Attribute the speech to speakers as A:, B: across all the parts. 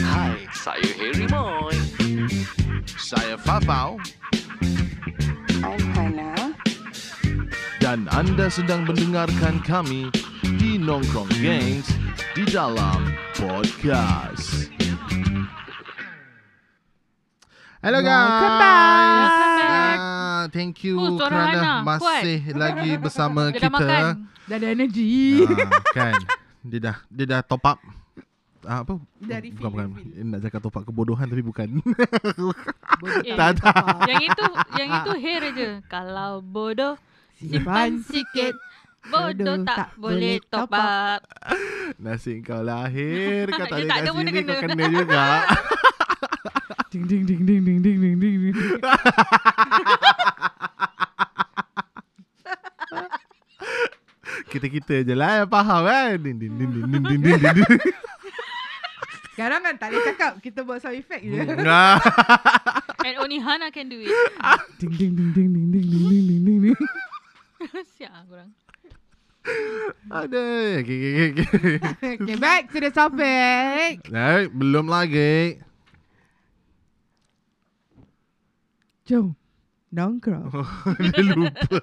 A: Hai, saya Harry Boy.
B: Saya Fafau
C: I'm Hannah.
B: dan anda sedang mendengarkan kami di Nongkrong Gangs di dalam podcast. Hello guys.
D: Welcome back.
B: Ah, thank you
D: Oh, suara
B: kerana
D: Hana.
B: masih lagi bersama kita.
D: Dia dah makan. Dah ada energi.
B: Ah, kan. Dia dah dia dah top up. Ah, apa?
E: Dari
B: bukan, bukan.
E: Philippines.
B: Nak cakap top up kebodohan tapi bukan.
D: Eh,
B: tak ada.
D: yang itu yang itu hair je. Kalau bodoh simpan sikit. Bodoh tak, boleh top up.
B: Nasib kau lahir Kau tak
D: Dia
B: ada
D: tak
B: kat
D: ada pun dia
B: sini Kau
D: kena.
B: kena juga
E: Ding ding ding ding ding ding ding ding. ding.
B: Kita-kita je lah yang faham kan Din din din din din din din din din
E: Sekarang kan tak boleh cakap kita buat sound effect je.
B: Ah,
D: And only Hana can do it.
E: Ding ding ding ding ding ding ding ding ding ding ding.
D: Siap ah korang.
B: Ada okay, okay, okay, okay.
E: Okay, back to the topic.
B: Baik, Belum lah, lagi
E: Jom. Oh. Nongkrong.
B: Dia lupa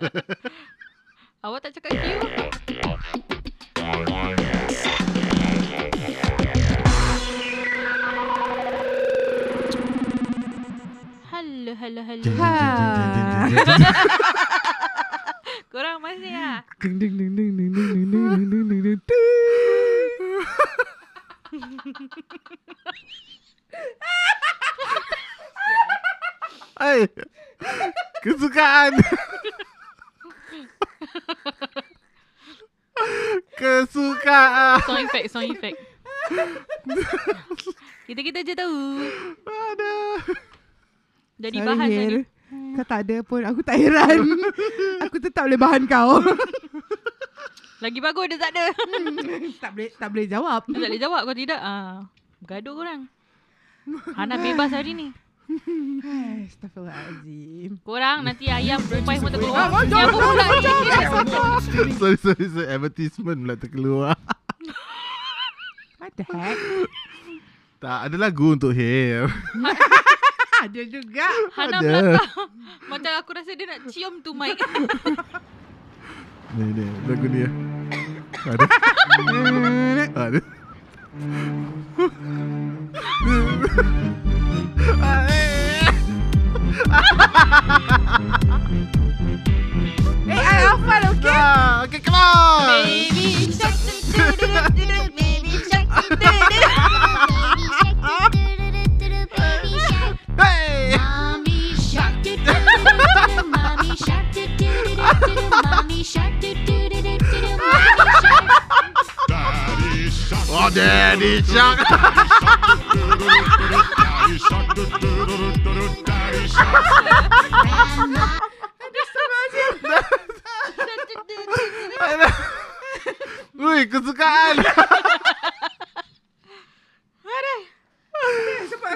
D: Awak tak cakap you. Hello, hello, hello. Korang masih ah.
E: Ding ding ding ding ding ding ding ding ding ding ding ding.
B: Hai Kesukaan Kesukaan
D: Sound effect, sound effect. Kita-kita je tahu.
B: Ada
D: Jadi
E: Sorry,
D: bahan
E: Hil.
D: tadi.
E: Kau tak ada pun Aku tak heran Aku tetap boleh bahan kau
D: Lagi bagus dia tak ada.
E: Tak boleh tak boleh jawab
D: Dia tak boleh jawab kalau tidak. Ah, gaduh korang. Hana bebas hari ni.
E: Astagfirullahaladzim
D: Korang nanti ayam kupai pun
E: Ah,
D: terkeluar.
E: bocor,
D: Yang aku pula ni.
B: Sorry sorry sorry Advertisement pula terkeluar
E: What the heck
B: Tak ada lagu untuk hair
E: Ada Ah, juga
D: Hana
B: Ada.
D: melangkah. Macam aku rasa dia nak cium tu mic.
B: Ni ni lagu dia. Ada. Ada.
E: Eh, I hafal okay
B: Ah, okay, come on.
D: Baby shark. du-du-du-du-du, Baby shark. du-du-du-du.
B: Hey. Oh, daddy shark. Ui, kesukaan.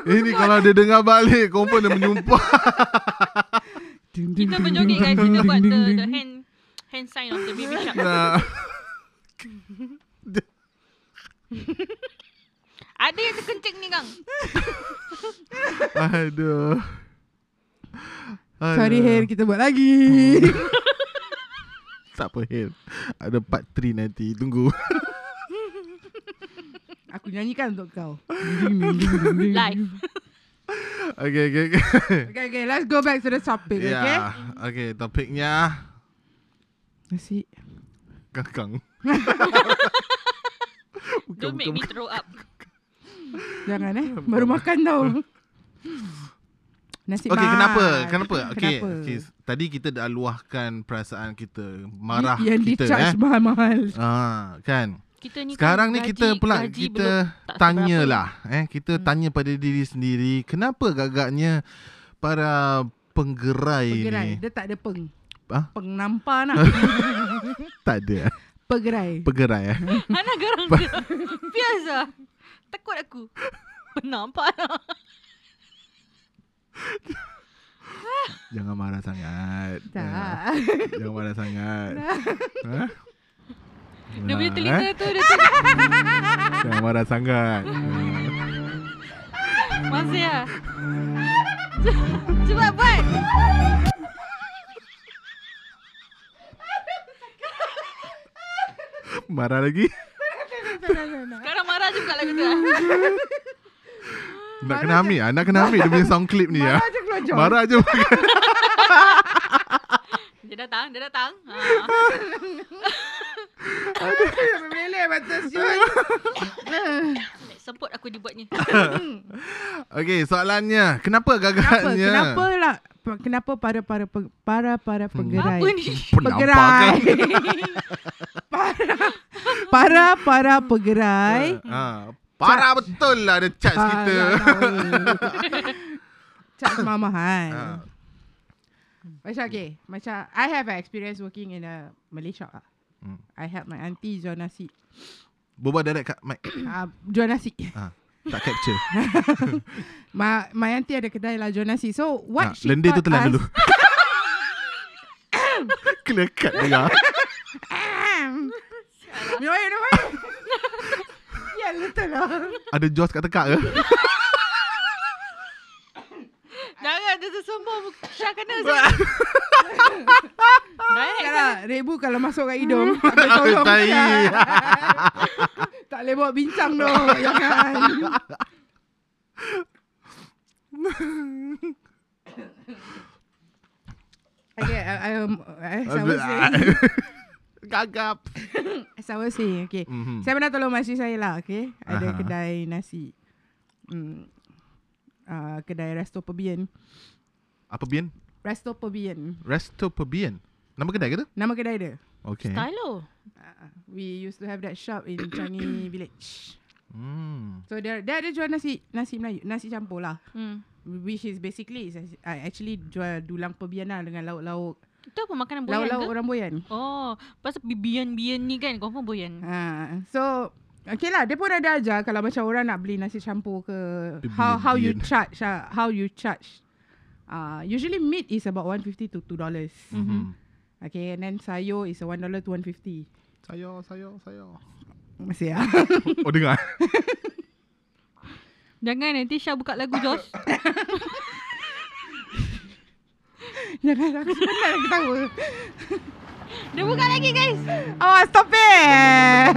B: Ini kalau dia dengar balik, confirm dia menyumpah.
D: Kita berjoget kan. Kita buat the, the hand hand sign of the baby shark.
B: Nah.
D: Ada yang terkencing ni kang.
B: Aduh. Aduh. Hmm.
E: Sorry Hil kita buat lagi
B: Tak apa Hil Ada part 3 nanti Tunggu
E: Aku nyanyikan untuk kau
D: Live.
B: Okay okay okay
E: Okay okay let's go back to the topic okay
B: Ya Okay topiknya
E: Nasi
B: Kakang Bukan
D: Don't make me throw up.
E: Jangan eh Baru makan tau Nasi
B: Okay
E: mas.
B: kenapa Kenapa Okay, okay. Tadi kita dah luahkan Perasaan kita Marah
E: Yang
B: kita
E: di-charge
B: eh.
E: mahal-mahal
B: Ah, kan
D: Kita ni kan
B: Sekarang ni
D: gaji-
B: kita pula
D: gaji
B: Kita
D: belum tak seberapa. Hmm.
B: tanyalah eh, Kita tanya pada diri sendiri Kenapa gagaknya Para penggerai,
E: Penggerai
B: ni
E: Dia tak ada peng
B: Ah?
E: Peng nampak nak
B: Tak ada
E: Pegerai.
B: Pegerai eh.
D: Ana garang ke? Biasa. Takut aku. Nampak lah.
B: Jangan marah sangat.
E: Tak.
B: Ya. Jangan marah sangat. Ha?
D: Dia punya
B: Nah,
D: telinga
B: eh.
D: tu dia tu
B: Ha? Jangan marah sangat.
E: Hmm.
D: masih lah. Cepat buat.
B: marah lagi.
D: Sekarang marah juga lah kita.
B: Nak kena ambil ah. Nak kena ambil dia punya sound clip ni ah.
E: Marah je keluar jom.
B: Marah je.
D: Dia datang, dia datang. Ha.
E: Meleleh mata siul.
B: Ya.
D: Semput aku dibuatnya.
B: Okey, soalannya. Kenapa
E: Kenapa?
B: gagaknya?
E: Kenapa lah? pe- Kenapa para para pe- para para
B: Hmm.
E: pegerai?
D: Apa ni?
B: Penampakan.
E: Pegerai. kan? para para para pegerai.
B: Ha. Parah betul lah dia charge
E: Eh? Ah,
B: kita.
E: tak tahu. Charge mama kan.
B: Ha.
E: Macam okay. Macam I have an experience working in a Malay shop lah.
B: Hmm.
E: I help my auntie jual nasi.
B: Berbual direct kat mic.
E: Ah, jual nasi.
B: Ha. Tak capture.
E: My, my auntie ada kedai lah jual nasi. So
B: Ha.
E: what she
B: Lendir tu
E: taught
B: telan
E: us-
B: dulu. Kelekat dengar.
E: Ahem. Minum air, minum air. Ya, betul lah.
B: Ada Jaws kat tekak ke?
D: Jangan dia tersombong. Syah kena. Syah. Baik.
E: Sekarang, rebu kalau masuk kat hidung. Ambil tolong.
B: Kan? Hmm. Tai.
E: Jangan. tak boleh buat bincang tu. ya kan? Jangan. Okay, I, I, um, as I was
B: ah.
E: saying,
B: Gagap.
E: as I was saying, Eh, okay.
B: Mhm.
E: Saya pernah tolong makcik saya lah, okay.
B: Aha.
E: Ada kedai nasi. Hmm. Uh, kedai Resto Pebian.
B: Apa Bien?
E: Resto Pebian.
B: Resto Pebian. Nama kedai ke tu?
E: Nama kedai dia.
B: Okay.
D: Stylo.
E: Uh, we used to have that shop in Changi Village.
B: Hmm.
E: So there there ada jual nasi nasi Melayu, nasi campur lah.
D: Hmm.
E: Which is basically is as- I actually jual dulang pebian lah dengan lauk-lauk.
D: Itu apa makanan boyan
E: Lauk-lauk
D: ke?
E: orang boyan.
D: Oh, pasal bibian-bian ni kan confirm boyan.
E: Ha, so Okay lah, dia pun ada ajar kalau macam orang nak beli nasi campur ke
B: Pebian,
E: how how you
B: pebian.
E: charge lah, how you charge. Uh, usually meat is about 150 to 2 dollars.
B: Mhm.
E: Okay, and then sayur is a 1 dollar to 150.
B: Sayur, sayur, sayur.
E: Masih ah.
B: Oh, dengar.
D: Jangan nanti Syah buka lagu Jos.
E: Jangan aku sebenarnya nak ketawa.
D: Dia buka lagi guys.
E: Oh, stop it.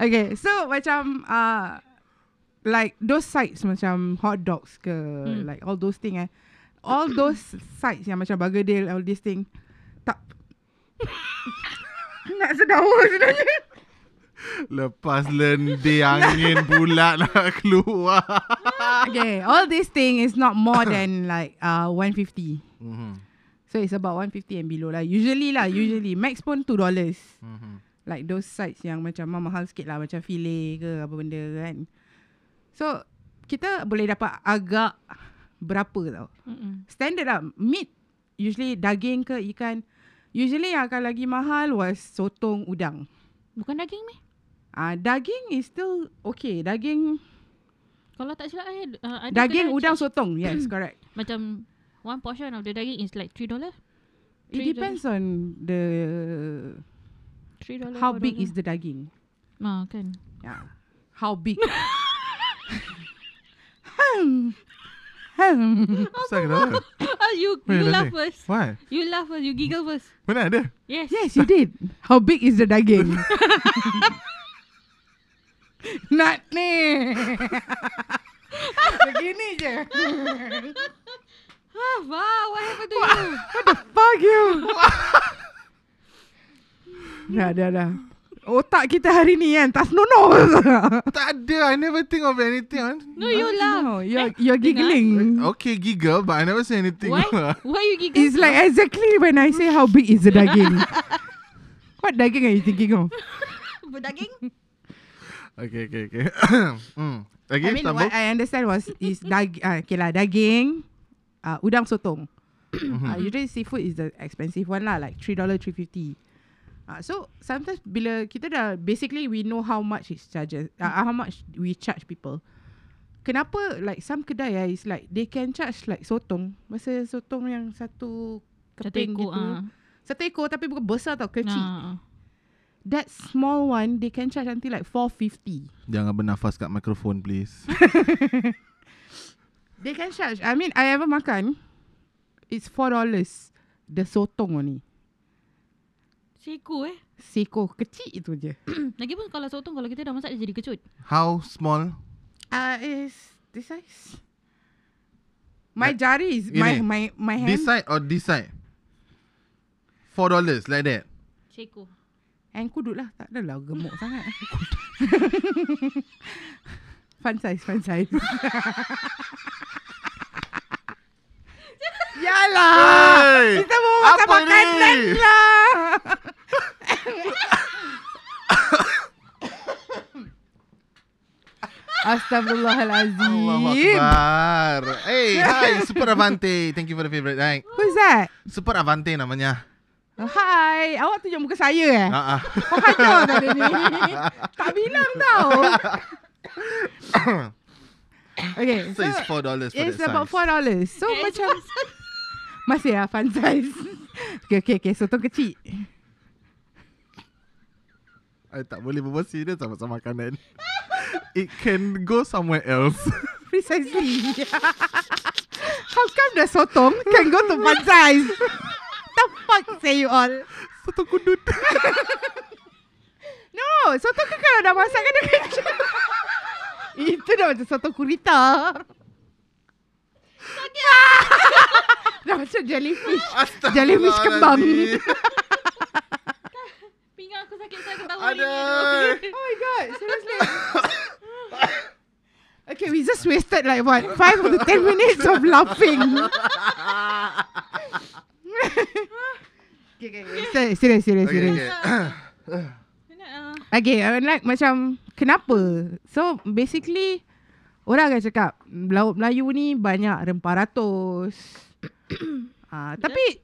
E: okay, so macam uh, like those sites macam hot dogs ke,
D: Hmm.
E: like all those thing eh. All those sites yang macam Burger Deal, all these thing. Tak. Nak sedawa sebenarnya.
B: Lepas lendir angin pula nak keluar.
E: Okay, all these thing is not more than like uh, 150.
B: Mhm.
E: So it's about 150 and below lah. Usually lah, usually. Max pun $2.
B: Mhm.
E: Like those sides yang macam ma- mahal sikit lah Macam filet ke apa benda kan So kita boleh dapat agak berapa tau
D: Mm-mm.
E: Standard lah Meat usually daging ke ikan Usually yang akan lagi mahal was sotong udang
D: Bukan daging meh?
E: Ah, Daging is still okay Daging
D: Kalau tak silap eh uh, ada
E: daging
D: kedai
E: udang
D: charge
E: sotong Yes correct
D: macam one portion of the daging is like 3 dollar.
E: It
D: Three
E: depends on the
D: 3 dollar.
E: How big is the daging
D: Ah kan.
E: yeah. How big Hmm. Hmm.
B: Kenapa ketawa?
D: Ah you
B: Wait,
D: you
B: let's
D: laugh
B: see.
D: first.
B: Why?
D: You laugh first, you giggle first.
B: Mana ada?
D: Yes.
E: Yes, you did. How big is the daging? Not ni. Begini je.
D: Ah, wow, what happened to you?
E: Fuck you. dah, dah, dah. Otak kita hari ni kan tak senonoh.
B: Tak ada. I never think of anything.
D: No, you laugh.
E: No, you're, you're giggling.
B: Okay, giggle but I never say anything.
D: Why? Why you giggle?
E: It's like exactly when I say how big is the daging. What daging are you thinking of?
D: berdaging.
B: okay, okay, okay. hmm. Okay,
E: I mean,
B: sambung.
E: what I understand was is dag- ah, okay lah, daging, uh, ah, udang sotong. uh, usually seafood is the expensive one lah like $3 $3.50 uh, so sometimes bila kita dah basically we know how much it charges uh, how much we charge people kenapa like some kedai ya is like they can charge like sotong masa sotong yang satu keping
D: Cantik
E: gitu
D: ikut ah.
E: satu ekor tapi bukan besar tau kecil
D: Nah.
E: that small one they can charge until like 450
B: Jangan bernafas kat mikrofon please.
E: They can charge. I mean, I ever makan. It's four dollars. The sotong ni.
D: Siku eh.
E: Seko kecil itu je.
D: Lagipun kalau sotong kalau kita dah masak dia jadi kecut.
B: How small?
E: Ah, uh, is this size? My jari is
B: Ini.
E: my my my hand
B: This side or this side? Four dollars like that.
D: Siku.
E: hand kudut lah. Tak adalah gemuk sangat. fun size, fun size. Yalah.
B: Hey!
E: Ah, Kita mau makan
B: Apa ni?
E: makanan lah.
B: Allahu
E: Astagfirullahalazim.
B: Akbar. Hey, hi, Super Avante. Thank you for the favorite. Hi.
E: Who's that?
B: Super Avante namanya.
E: Oh, hi. Awak tunjuk muka saya eh?
B: Ha ah.
E: Kau kacau tadi ni. tak bilang tau. okay.
B: So it's four dollars for
E: It's
B: that
E: about
B: size.
E: four dollars. So
D: Eh,
E: macam masih lah fun size. okay, okay, okay. Sotong kecil.
B: I tak boleh berbual serius sama sama makanan. It can go somewhere else.
E: Precisely. How come the sotong can go to fun size? the fuck say you all?
B: Satu kudut.
E: No, sotong kan kalau dah masak kan dia kecil. Itu dah macam sotong kurita. dah macam jellyfish. Jellyfish kembang.
B: Astaghfirullahaladzim.
D: Pinggang aku sakit saya ketawa hari
B: Ada.
D: ni.
E: Oh my god, seriously. okay, we just wasted like what? Five to ten minutes of laughing. okay, okay, okay. Serius, serius, serius.
B: Okay,
E: serious.
B: okay.
D: Penat ah.
E: Okay, I mean like macam kenapa? So basically orang akan cakap laut Melayu ni banyak rempah ratus. Ah, tapi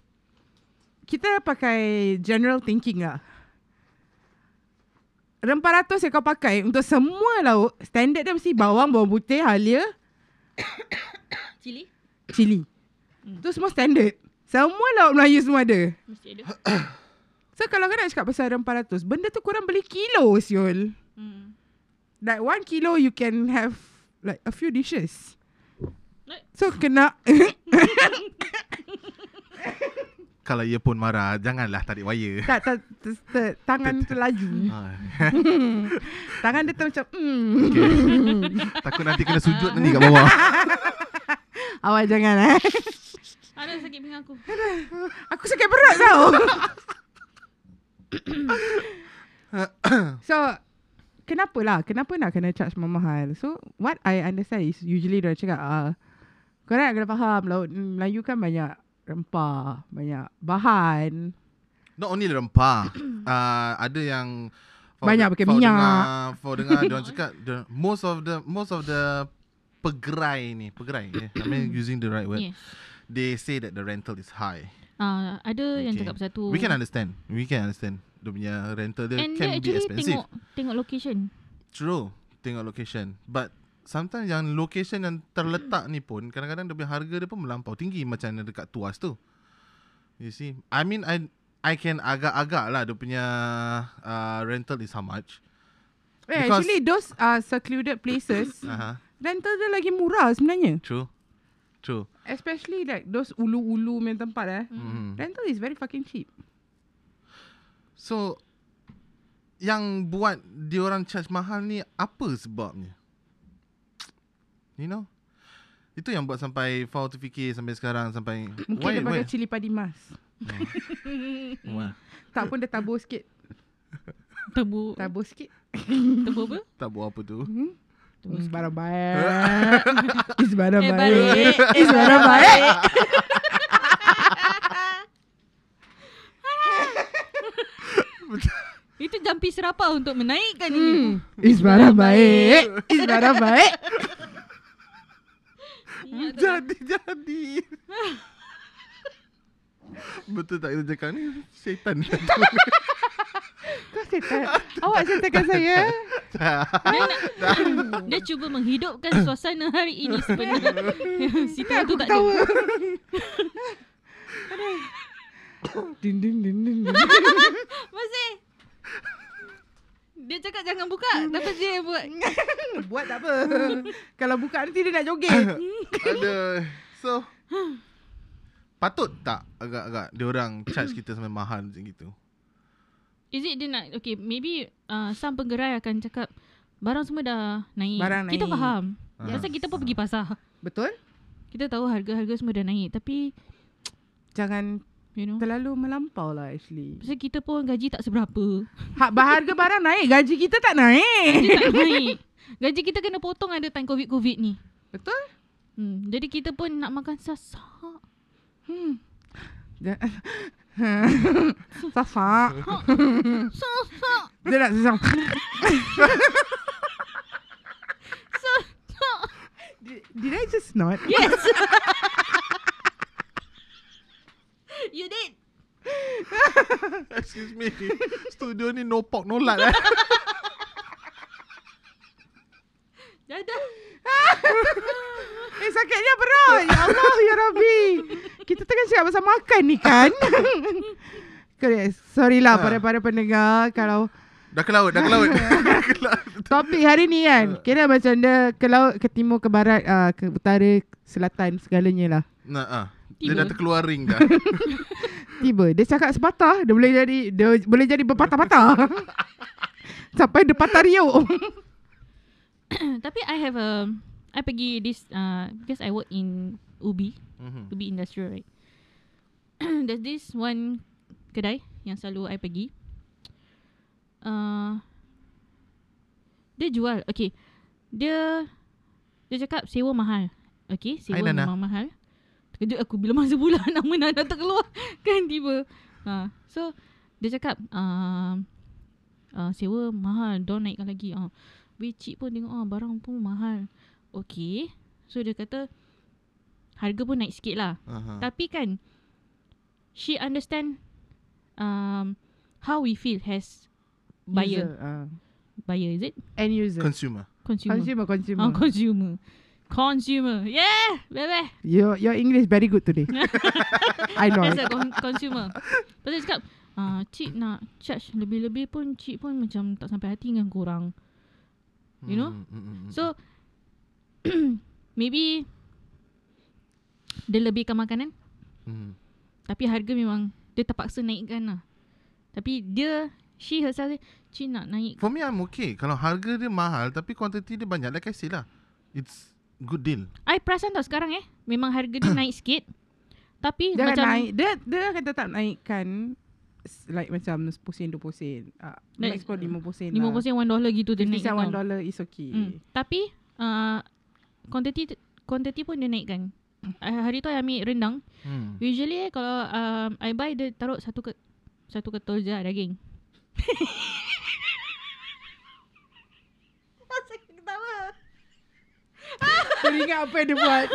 E: kita pakai general thinking lah. Rempah ratus yang kau pakai untuk semua laut, standard dia mesti bawang, bawang putih, halia,
D: Cili
E: cili. Tu semua standard. Semua laut Melayu semua ada.
D: mesti ada.
E: So kalau kau nak cakap pasal rempah ratus, benda tu korang beli kilo siul.
D: Hmm.
E: like one kilo you can have like a few dishes.
D: Like-
E: So kena
B: Kalau ia pun marah, janganlah tarik wire.
E: tak tak ter, ter, tangan terlaju.
B: Ah,
E: Tangan dia tu macam mm.
B: Takut nanti kena sujud nanti kat bawah.
E: Awak jangan eh.
D: Ada sakit pinggang aku.
E: Aku sakit perut tau. so kenapa lah? Kenapa nak kena charge mahal? So what I understand is usually dia cakap ah korang nak kena faham laut Melayu kan banyak rempah, banyak bahan.
B: Not only rempah uh, Ada yang
E: Banyak pakai
B: Fau
E: minyak.
B: dengar, Fau dengar Diorang cakap the, Most of the Most of the Pegerai ni Pegerai eh? I mean using the right word
D: Yes.
B: They say that the rental is high
D: Ah, ada yang
B: Okay.
D: cakap satu.
B: We can understand We can understand Dia punya rental dia
D: And
B: Can
D: dia
B: be
D: actually
B: expensive
D: tengok tengok location.
B: True Tengok location But Sometimes yang location yang terletak ni pun Kadang-kadang dia punya harga dia pun melampau tinggi Macam yang dekat tuas tu You see I mean I I can agak-agak lah Dia punya uh, rental is how much
E: Well,
B: Because-
E: actually those are secluded places.
B: uh-huh.
E: Rental dia lagi murah sebenarnya.
B: True True
E: Especially like those ulu-ulu punya tempat eh.
B: mm.
E: Rental is very fucking cheap.
B: So Yang buat diorang charge mahal ni Apa sebabnya? You know? Itu yang buat sampai Fau terfikir sampai sekarang Sampai
E: Mungkin dia pakai cili padi mas.
B: Wah.
E: Tak pun dia tabur sikit.
D: Tebu
E: Tabur sikit.
D: tebu apa?
B: Tak buat apa tu
D: Tabur
E: Hmm, barang baik. It's barang
D: Eh
E: baik.
D: balik.
E: It's barang baik.
D: Itu jampi serapa untuk menaikkan
E: Hmm,
D: ini.
E: It's barang baik. It's barang baik.
D: Ingat tu.
B: Jadi jadi Betul tak kita cakap ni Syaitan
E: Kau setan Awak setankan saya eh?
D: Dia, nak, dia cuba menghidupkan suasana hari ini sebenarnya. Sita tu tak ada.
E: Tawa Din din din din din.
D: Masih. Dia cakap jangan buka Tapi dia yang buat
E: Buat tak apa Hmm. Kalau buka nanti dia nak joget
B: Ada So Patut tak agak-agak Diorang charge kita sampai mahal macam gitu
D: Is it dia nak Okay maybe uh, Some penggerai akan cakap Barang semua dah naik
E: Barang
D: Kita
E: naik.
D: faham
B: Yes.
D: Pasal kita pun pergi pasar
E: Betul?
D: Kita tahu harga-harga semua dah naik Tapi
E: Jangan
D: You know
E: terlalu melampau lah actually
D: Pasal kita pun gaji tak seberapa
E: ha, Harga barang naik Gaji kita tak naik
D: Dia tak naik Gaji kita kena potong ada time COVID-COVID ni
E: Betul?
D: hmm, Jadi kita pun nak makan Hmm. sasak
E: Ja- Sasak
D: Sasak
E: Dia nak sesak
D: Sasak
E: Did, did I just snort?
D: Yes You did
B: Excuse me Studio ni no pork no lard eh
D: Dadah
E: Eh sakitnya perut Ya Allah Ya Rabbi Kita tengah cakap pasal makan ni kan Correct. Sorry lah
B: Ha.
E: para para pendengar Kalau
B: Dah ke laut Dah ke laut Dah ke laut.
E: topik hari ni kan Kira macam dia ke laut, ke timur, ke barat, ah, ke utara, ke selatan segalanya lah
B: Nah, ah. Dia
D: Tiba.
B: dah terkeluar ring dah
E: Tiba dia cakap sepatah Dia boleh jadi dia boleh jadi berpatah-patah Sampai dia patah riuk
D: Tapi I have a I pergi this uh, Because I work in Ubi
B: Mhm.
D: Ubi Industrial right There's this one Kedai Yang selalu I pergi uh, Dia jual Okay Dia Dia cakap sewa mahal Okay Sewa
B: Hai, Nana.
D: memang mahal Terkejut aku Bila masa bulan Nama Nana terkeluar Kan tiba ha. So Dia cakap uh, uh, Sewa mahal Don naikkan lagi uh. Becik pun tengok ah, Barang pun mahal Okay So dia kata Harga pun naik sikit lah
B: Aha.
D: tapi kan She understand um, How we feel has Buyer
E: User, ah.
D: Buyer is it?
E: End user
B: Consumer
D: Consumer Consumer,
E: Consumer Consumer,
D: oh, consumer. consumer. Yeah Bebe
E: Your, your English very good today I know
D: As a con- consumer Lepas tu dia cakap uh, Cik nak charge Lebih-lebih pun Cik pun macam Tak sampai hati dengan korang You know?
B: Mm, mm, mm, mm.
D: So Maybe Dia lebihkan makanan
B: Mm.
D: Tapi harga memang Dia terpaksa naikkan lah Tapi dia She herself say, Cik nak naik
B: For me I'm okay Kalau harga dia mahal Tapi quantity dia banyak Like I say lah It's good deal
D: I perasan tau sekarang eh Memang harga dia naik sikit Tapi
E: Dia
D: macam
E: akan naik Dia, dia akan tetap naikkan s- Like macam 10 sen 20 sen uh,
D: Like,
E: Max pun 5 sen
D: 50 sen 1 dollar gitu dia
E: 50
D: naik
E: sen 1 lah. dollar is okay
D: hmm. Tapi uh, Quantity Quantity pun dia naikkan uh, Hari tu I ambil rendang
B: Hmm.
D: Usually eh, kalau um, I buy Dia taruh satu ke Satu ketul je lah daging
E: Teringat apa yang dia buat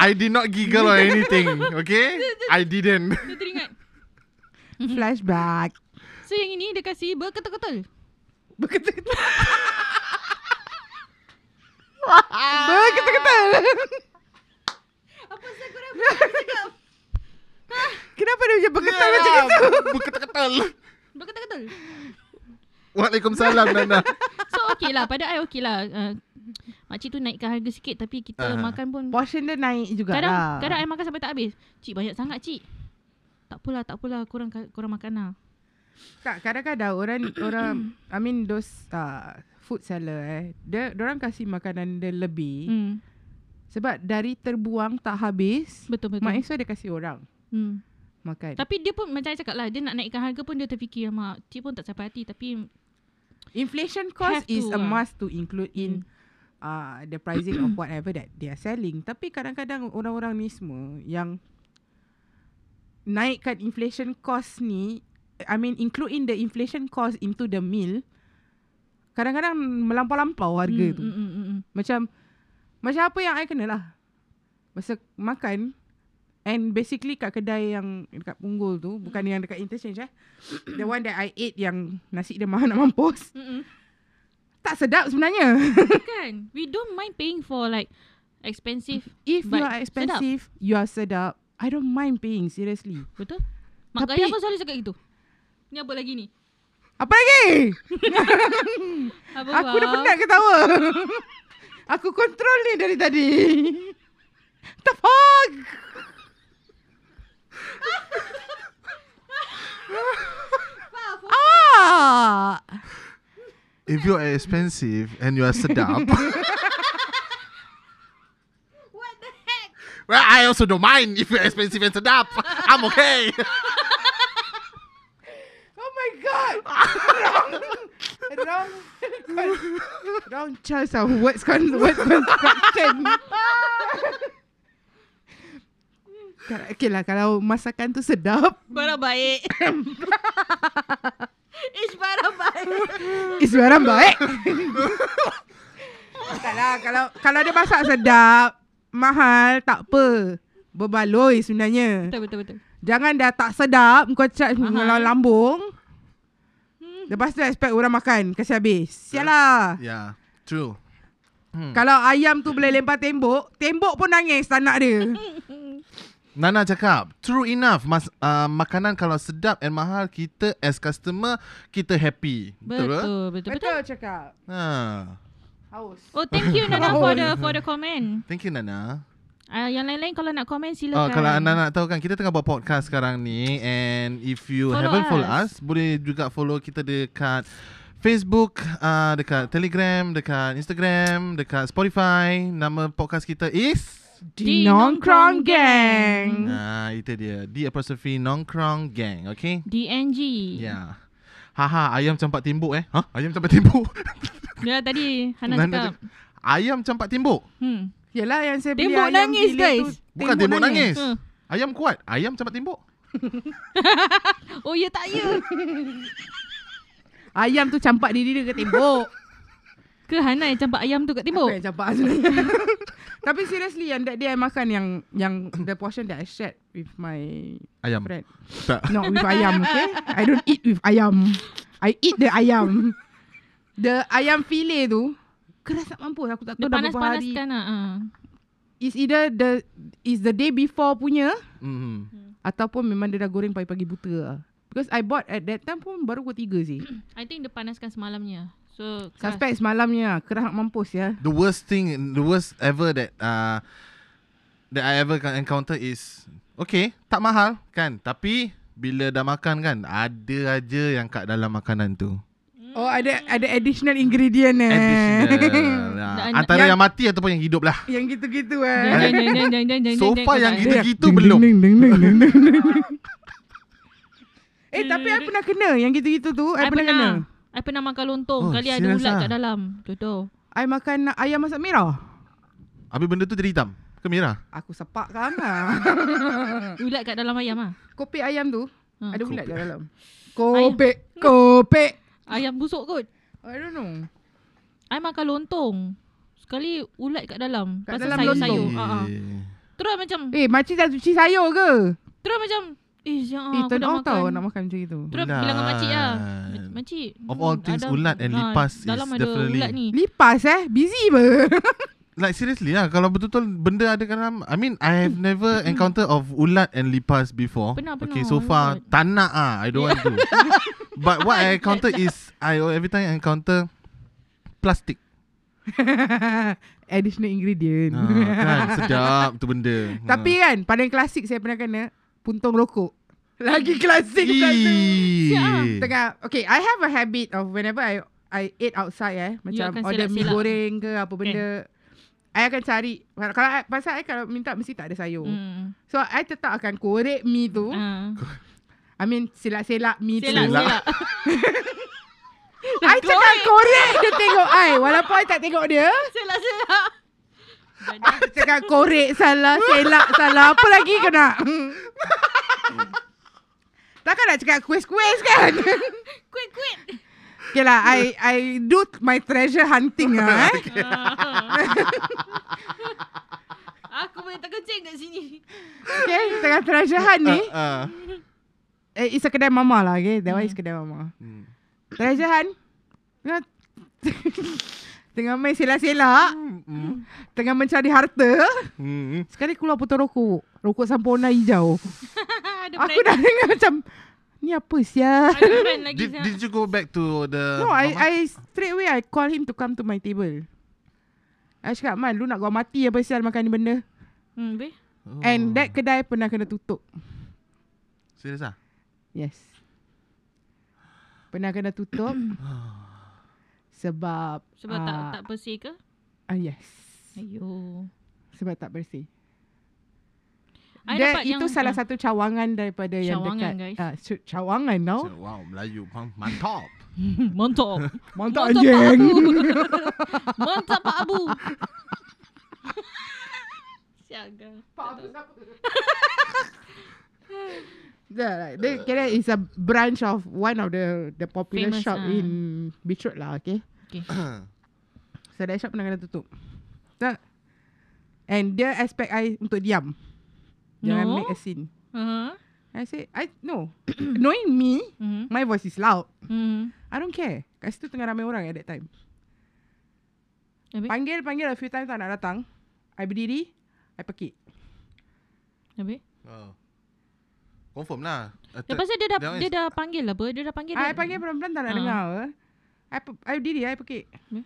B: I did not giggle or anything Okay I didn't
D: Dia teringat
E: Flashback
D: So yang ini dia kasi berketul-ketul
E: Berkata-kata Berkata-kata
D: Apa saya korang
E: Kenapa dia macam berkata lah, macam itu
B: Berketal-ketal
D: Berketul-ketul
B: Waalaikumsalam Nana
D: So okay lah Pada I okay lah uh, Makcik tu naikkan harga sikit Tapi
B: Ah.
D: kita makan pun
E: Portion dia naik juga
D: Kadang
E: lah
D: Kadang I makan sampai tak habis Cik banyak sangat cik Tak apalah tak apalah Korang, korang makan lah
E: Kak, kadang-kadang orang orang I mean those uh, food seller eh dia orang kasih makanan dia lebih
D: hmm.
E: sebab dari terbuang tak habis
D: Betul betul
E: Mak Iswa dia kasih orang
D: hmm.
E: makan.
D: Tapi dia pun Macam saya cakap lah Dia nak naikkan harga pun Dia terfikir mak Cik pun tak sampai hati Tapi
E: Inflation
D: Have
E: cost
D: to
E: is a
D: lah.
E: must to include in uh, the pricing of whatever that they are selling. Tapi kadang-kadang orang-orang ni semua yang naikkan inflation cost ni, I mean include in the inflation cost into the meal, kadang-kadang melampau-lampau
D: mm,
E: harga tu.
D: mm, mm, mm, mm.
E: Macam macam apa yang I kena lah. Masa makan And basically kat kedai yang dekat Punggol tu, bukan yang dekat interchange eh. The one that I ate yang nasi dia mahal nak mampus.
D: Mm-mm.
E: Tak sedap sebenarnya.
D: Kan? We don't mind paying for like expensive.
E: If
D: But
E: you are expensive, sedap. you are sedap. I don't mind paying, seriously.
D: Betul? Mak
E: Tapi-
D: Gaya pun selalu cakap gitu. Ni apa lagi ni?
E: Apa lagi?
D: Apa
E: Aku dah
D: kau?
E: penat ketawa. Aku kontrol ni dari tadi. The fuck? Awak
B: If you are expensive and you are sedap.
D: What the heck?
B: well, I also don't mind if you're expensive and sedap. I'm okay.
E: Oh my god Wrong Wrong Wrong choice of words con- word construction Kal- Okay lah kalau masakan tu sedap
D: Barang baik. Ish barang baik.
E: Is barang baik Tak lah kalau, kalau dia masak sedap Mahal tak apa Berbaloi sebenarnya
D: betul, betul, betul.
E: Jangan dah tak sedap Kau charge
D: Mahal.
E: mengelau lambung Lepas tu expect orang makan Kasi habis Sial lah
B: yeah, true.
E: Kalau ayam tu boleh lempar tembok, tembok pun nangis tak nak dia.
B: Nana cakap, true enough, mas, uh, makanan kalau sedap and mahal, kita as customer, kita happy. Betul?
D: Betul, betul, betul. betul.
E: cakap.
B: Ha.
E: Haus.
D: Oh, thank you Nana for the for the comment.
B: Thank you, Nana.
D: Uh, yang lain-lain kalau nak komen
B: Uh,
D: silakan.
B: kalau anda nak tahu kan, kita tengah buat podcast sekarang ni. And if you
D: Follow
B: haven't follow us,
D: us.
B: boleh juga follow kita dekat Facebook, uh, dekat Telegram, dekat Instagram, dekat Spotify. Nama podcast kita is...
E: Di Nongkrong Gang.
B: Nah, itu dia. D apostrophe nongkrong gang, okay?
D: DNG.
B: Yeah. Haha, ayam campak timbuk eh. Ha? Ayam campak timbuk.
D: Ya tadi Hana
B: Nana cakap,
D: cakap.
B: Ayam campak timbuk.
D: Hmm.
E: Yelah yang saya beli
D: Tembok
E: ayam
D: nangis,
E: bilik
D: guys.
E: tu,
B: Bukan timbuk nangis.
D: nangis.
B: Ayam kuat. Ayam campak timbuk.
D: Oh ya tak ya.
E: Ayam tu campak diri dia ke tembok.
D: Ke Hana yang campak ayam tu kat
E: Aku
D: tembok?
E: yang campak sebenarnya. Tapi seriously yang that day I makan yang yang the portion that I shared with my
B: Ayam.
E: friend.
B: Tak.
E: No, with ayam, okay? I don't eat with ayam. I eat the ayam. The ayam fillet tu keras tak mampu aku tak tahu
D: Dia
E: dah berapa hari
D: panas-panaskan ah. ah.
E: It's either the is the day before punya
B: Mm.
E: ataupun memang dia dah goreng pagi-pagi buta lah. Because I bought at that time pun baru pukul 3 sih.
D: I think dia panaskan semalamnya. So keras.
E: Suspect semalamnya keras nak mampus ya.
B: The worst thing, the worst ever that uh, that I ever can- encounter is okay, tak mahal kan, tapi bila dah makan kan, ada aja yang kat dalam makanan tu.
E: Oh ada ada additional ingredient eh.
B: Additional. Nah,
D: Dan-
B: antara
E: yang-
B: yang mati ataupun yang hidup lah.
E: yang gitu-gitu eh.
D: Jangan, jangan, jangan, jangan, jangan,
B: So
D: jangan,
B: far
D: kau
B: yang
D: tak-
B: kita- Gitu
E: Ding,
B: belum.
E: ding, ding, ding, ding, ding, ding. eh tapi aku pernah kena yang gitu-gitu tu.
D: I
E: Aku pernah kena.
D: pernah. I pernah makan lontong.
B: Oh,
D: Kali ada
B: serious
D: ulat
B: ah?
D: kat dalam. Tu tu.
E: I makan ayam masak merah.
B: Habis benda tu jadi hitam ke merah?
E: Aku sepak kan lah.
D: Ulat kat dalam ayam ah.
E: Kopi ayam tu
D: Ha.
E: ada ulat kat
B: Kopek.
E: dalam. Kopi, kopi.
D: Ayam busuk kot.
E: Oh, I don't know.
D: I makan lontong. Sekali ulat kat dalam.
E: Kat
D: Pasal
E: dalam
D: sayur-sayur.
E: lontong.
D: Ah, ah.
B: Eh.
D: Terus macam
E: Eh, makcik dah cuci sayur ke?
D: terus macam eh jangan
E: eh,
D: aku
E: turn
D: dah
E: off
D: makan.
E: tau nak makan macam itu.
D: Terus bilang dengan makcik lah.
B: Ulat.
D: Makcik.
B: Of all
D: hmm,
B: things,
D: ada-
B: ulat and
D: ah,
B: lipas is
D: dalam ada
B: definitely-
D: ulat ni.
E: Lipas eh, busy apa?
B: Like seriously lah Kalau betul-betul Benda ada kat dalam I mean I have
E: Mm.
B: never Encounter of ulat and lipas before
D: Pernah, pernah,
B: Okay so
D: my
B: far
D: God.
B: Tak nak ah, I don't want to But what I encounter is I every time I encounter Plastik
E: Additional ingredient.
B: ha, Kan sedap tu benda Ha.
E: Tapi kan, paling klasik saya pernah kena, puntung rokok. Lagi klasik kat tu.
B: Ih.
E: Tengah, okay, I have a habit of whenever I I eat outside eh, macam
D: akan
E: order mie
D: selak-selak.
E: goreng ke apa benda. I akan cari kalau I, pasal I kalau minta mesti tak ada sayur.
D: Hmm.
E: So I tetap akan korek mie tu.
D: Ah.
E: I mean selak-selak mie tu.
D: Selak,
B: lah.
D: selak.
E: I cakap korek dia tengok I walaupun I tak tengok dia.
D: Selak, selak. Badan
E: Cakap korek salah, selak salah. Apa lagi kau nak? Hmm. Takkan nak cakap kuis-kuis kan?
D: kuit, kuit.
E: okay lah, I, I do my treasure hunting lah eh.
D: Ah. Aku boleh terkencing kat sini.
E: Okay Tengah terjahan ni
B: Ah, ah.
E: eh, It's a kedai mama lah okay That one is kedai mama
B: Hmm.
E: Terjahan Tengah Tengah main sela-sela
B: Hmm.
E: Tengah mencari harta
B: Hmm.
E: Sekali keluar potong rokok Rokok sampurna hijau
D: Ha, Ada
E: Aku dah dengar macam Ni apa sia
D: Aku lagi ha.
B: Did,
D: sangat.
B: did you go back to the
E: No, I,
B: mama?
E: I straight away I call him to come to my table. I cakap, Man, lu nak gua mati apa sial makan ni benda?
D: Hmm, be?
B: oh.
E: And that kedai pernah kena tutup.
B: serious ah?
E: Yes. Pernah kena tutup. sebab...
D: Sebab tak
E: ah,
D: tak bersih ke?
E: Ah, yes.
D: Ayo.
E: Sebab tak bersih.
D: I
E: That,
D: dapat
E: itu
D: yang-
E: salah
D: ah.
E: satu cawangan daripada yang
D: Cawangan, guys.
E: dekat. Ah, cu- cawangan tau.
B: So, wow, Melayu man- mantap.
D: Mantap.
E: Mantap
D: Mantap Pak
E: anjing.
D: Abu. Mantap Pak Abu. Siaga.
E: Yeah, like, they, kira is a branch of one of the the popular
D: Famous,
E: shop
D: ah.
E: in Beachwood lah, okay?
D: Okay.
E: So that shop pernah kena tutup. Tak. And dia expect I untuk diam. Jangan
D: No.
E: make a scene.
D: Uh-huh.
E: I say, I no. Knowing me,
D: Mhm.
E: my voice is loud.
D: Hmm.
E: I don't care. Kat situ tengah ramai orang at that time.
D: Habis?
E: Panggil, panggil a few times tak nak datang. I berdiri, I pekik.
D: Habis?
B: Oh. Confirm lah. Attack.
D: Lepas tu dia dah
B: that one
D: dia
B: is-
D: dah panggil lah apa? Dia dah panggil.
E: I
D: dah-
E: panggil perempuan tak nak
D: Ah.
E: dengar apa. I, pe- I berdiri, I pekik.
B: Eh,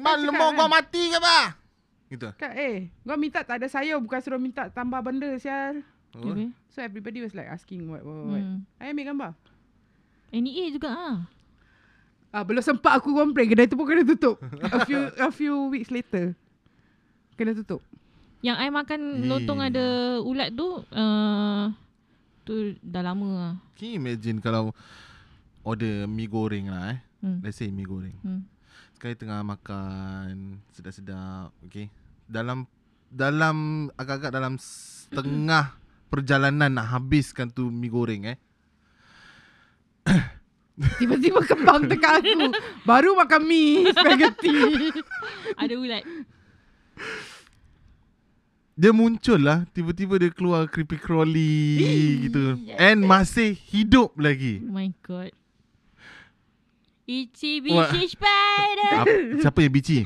B: Man,
E: cakap
B: lemah
E: kan?
B: kau mati ke apa? Gitu.
E: Kak, eh, gua minta tak ada sayur, bukan suruh minta tambah benda sial.
B: Oh.
D: Habis?
E: So everybody was like asking what, what, what.
D: Hmm.
E: I ambil gambar.
D: NEA juga ah.
E: Ah, belum sempat aku complain kedai tu pun kena tutup. a few a few weeks later. Kena tutup.
D: Yang I makan
B: Eh.
D: lontong ada ulat tu uh, tu dah lama lah.
B: Can you imagine kalau order mi goreng lah eh.
D: Hmm.
B: Let's say mi goreng.
D: Hmm.
B: Sekali tengah makan sedap-sedap, okay. Dalam dalam agak-agak dalam setengah perjalanan nak habiskan tu mi goreng eh.
E: Tiba-tiba kembang dekat aku. Baru makan mie, spaghetti.
D: Ada ulat.
B: Dia muncul lah Tiba-tiba dia keluar Creepy crawly gitu And masih hidup lagi
D: Oh my god. Itchy
B: Wah.
D: bitchy spider.
B: Ap- Siapa yang bici?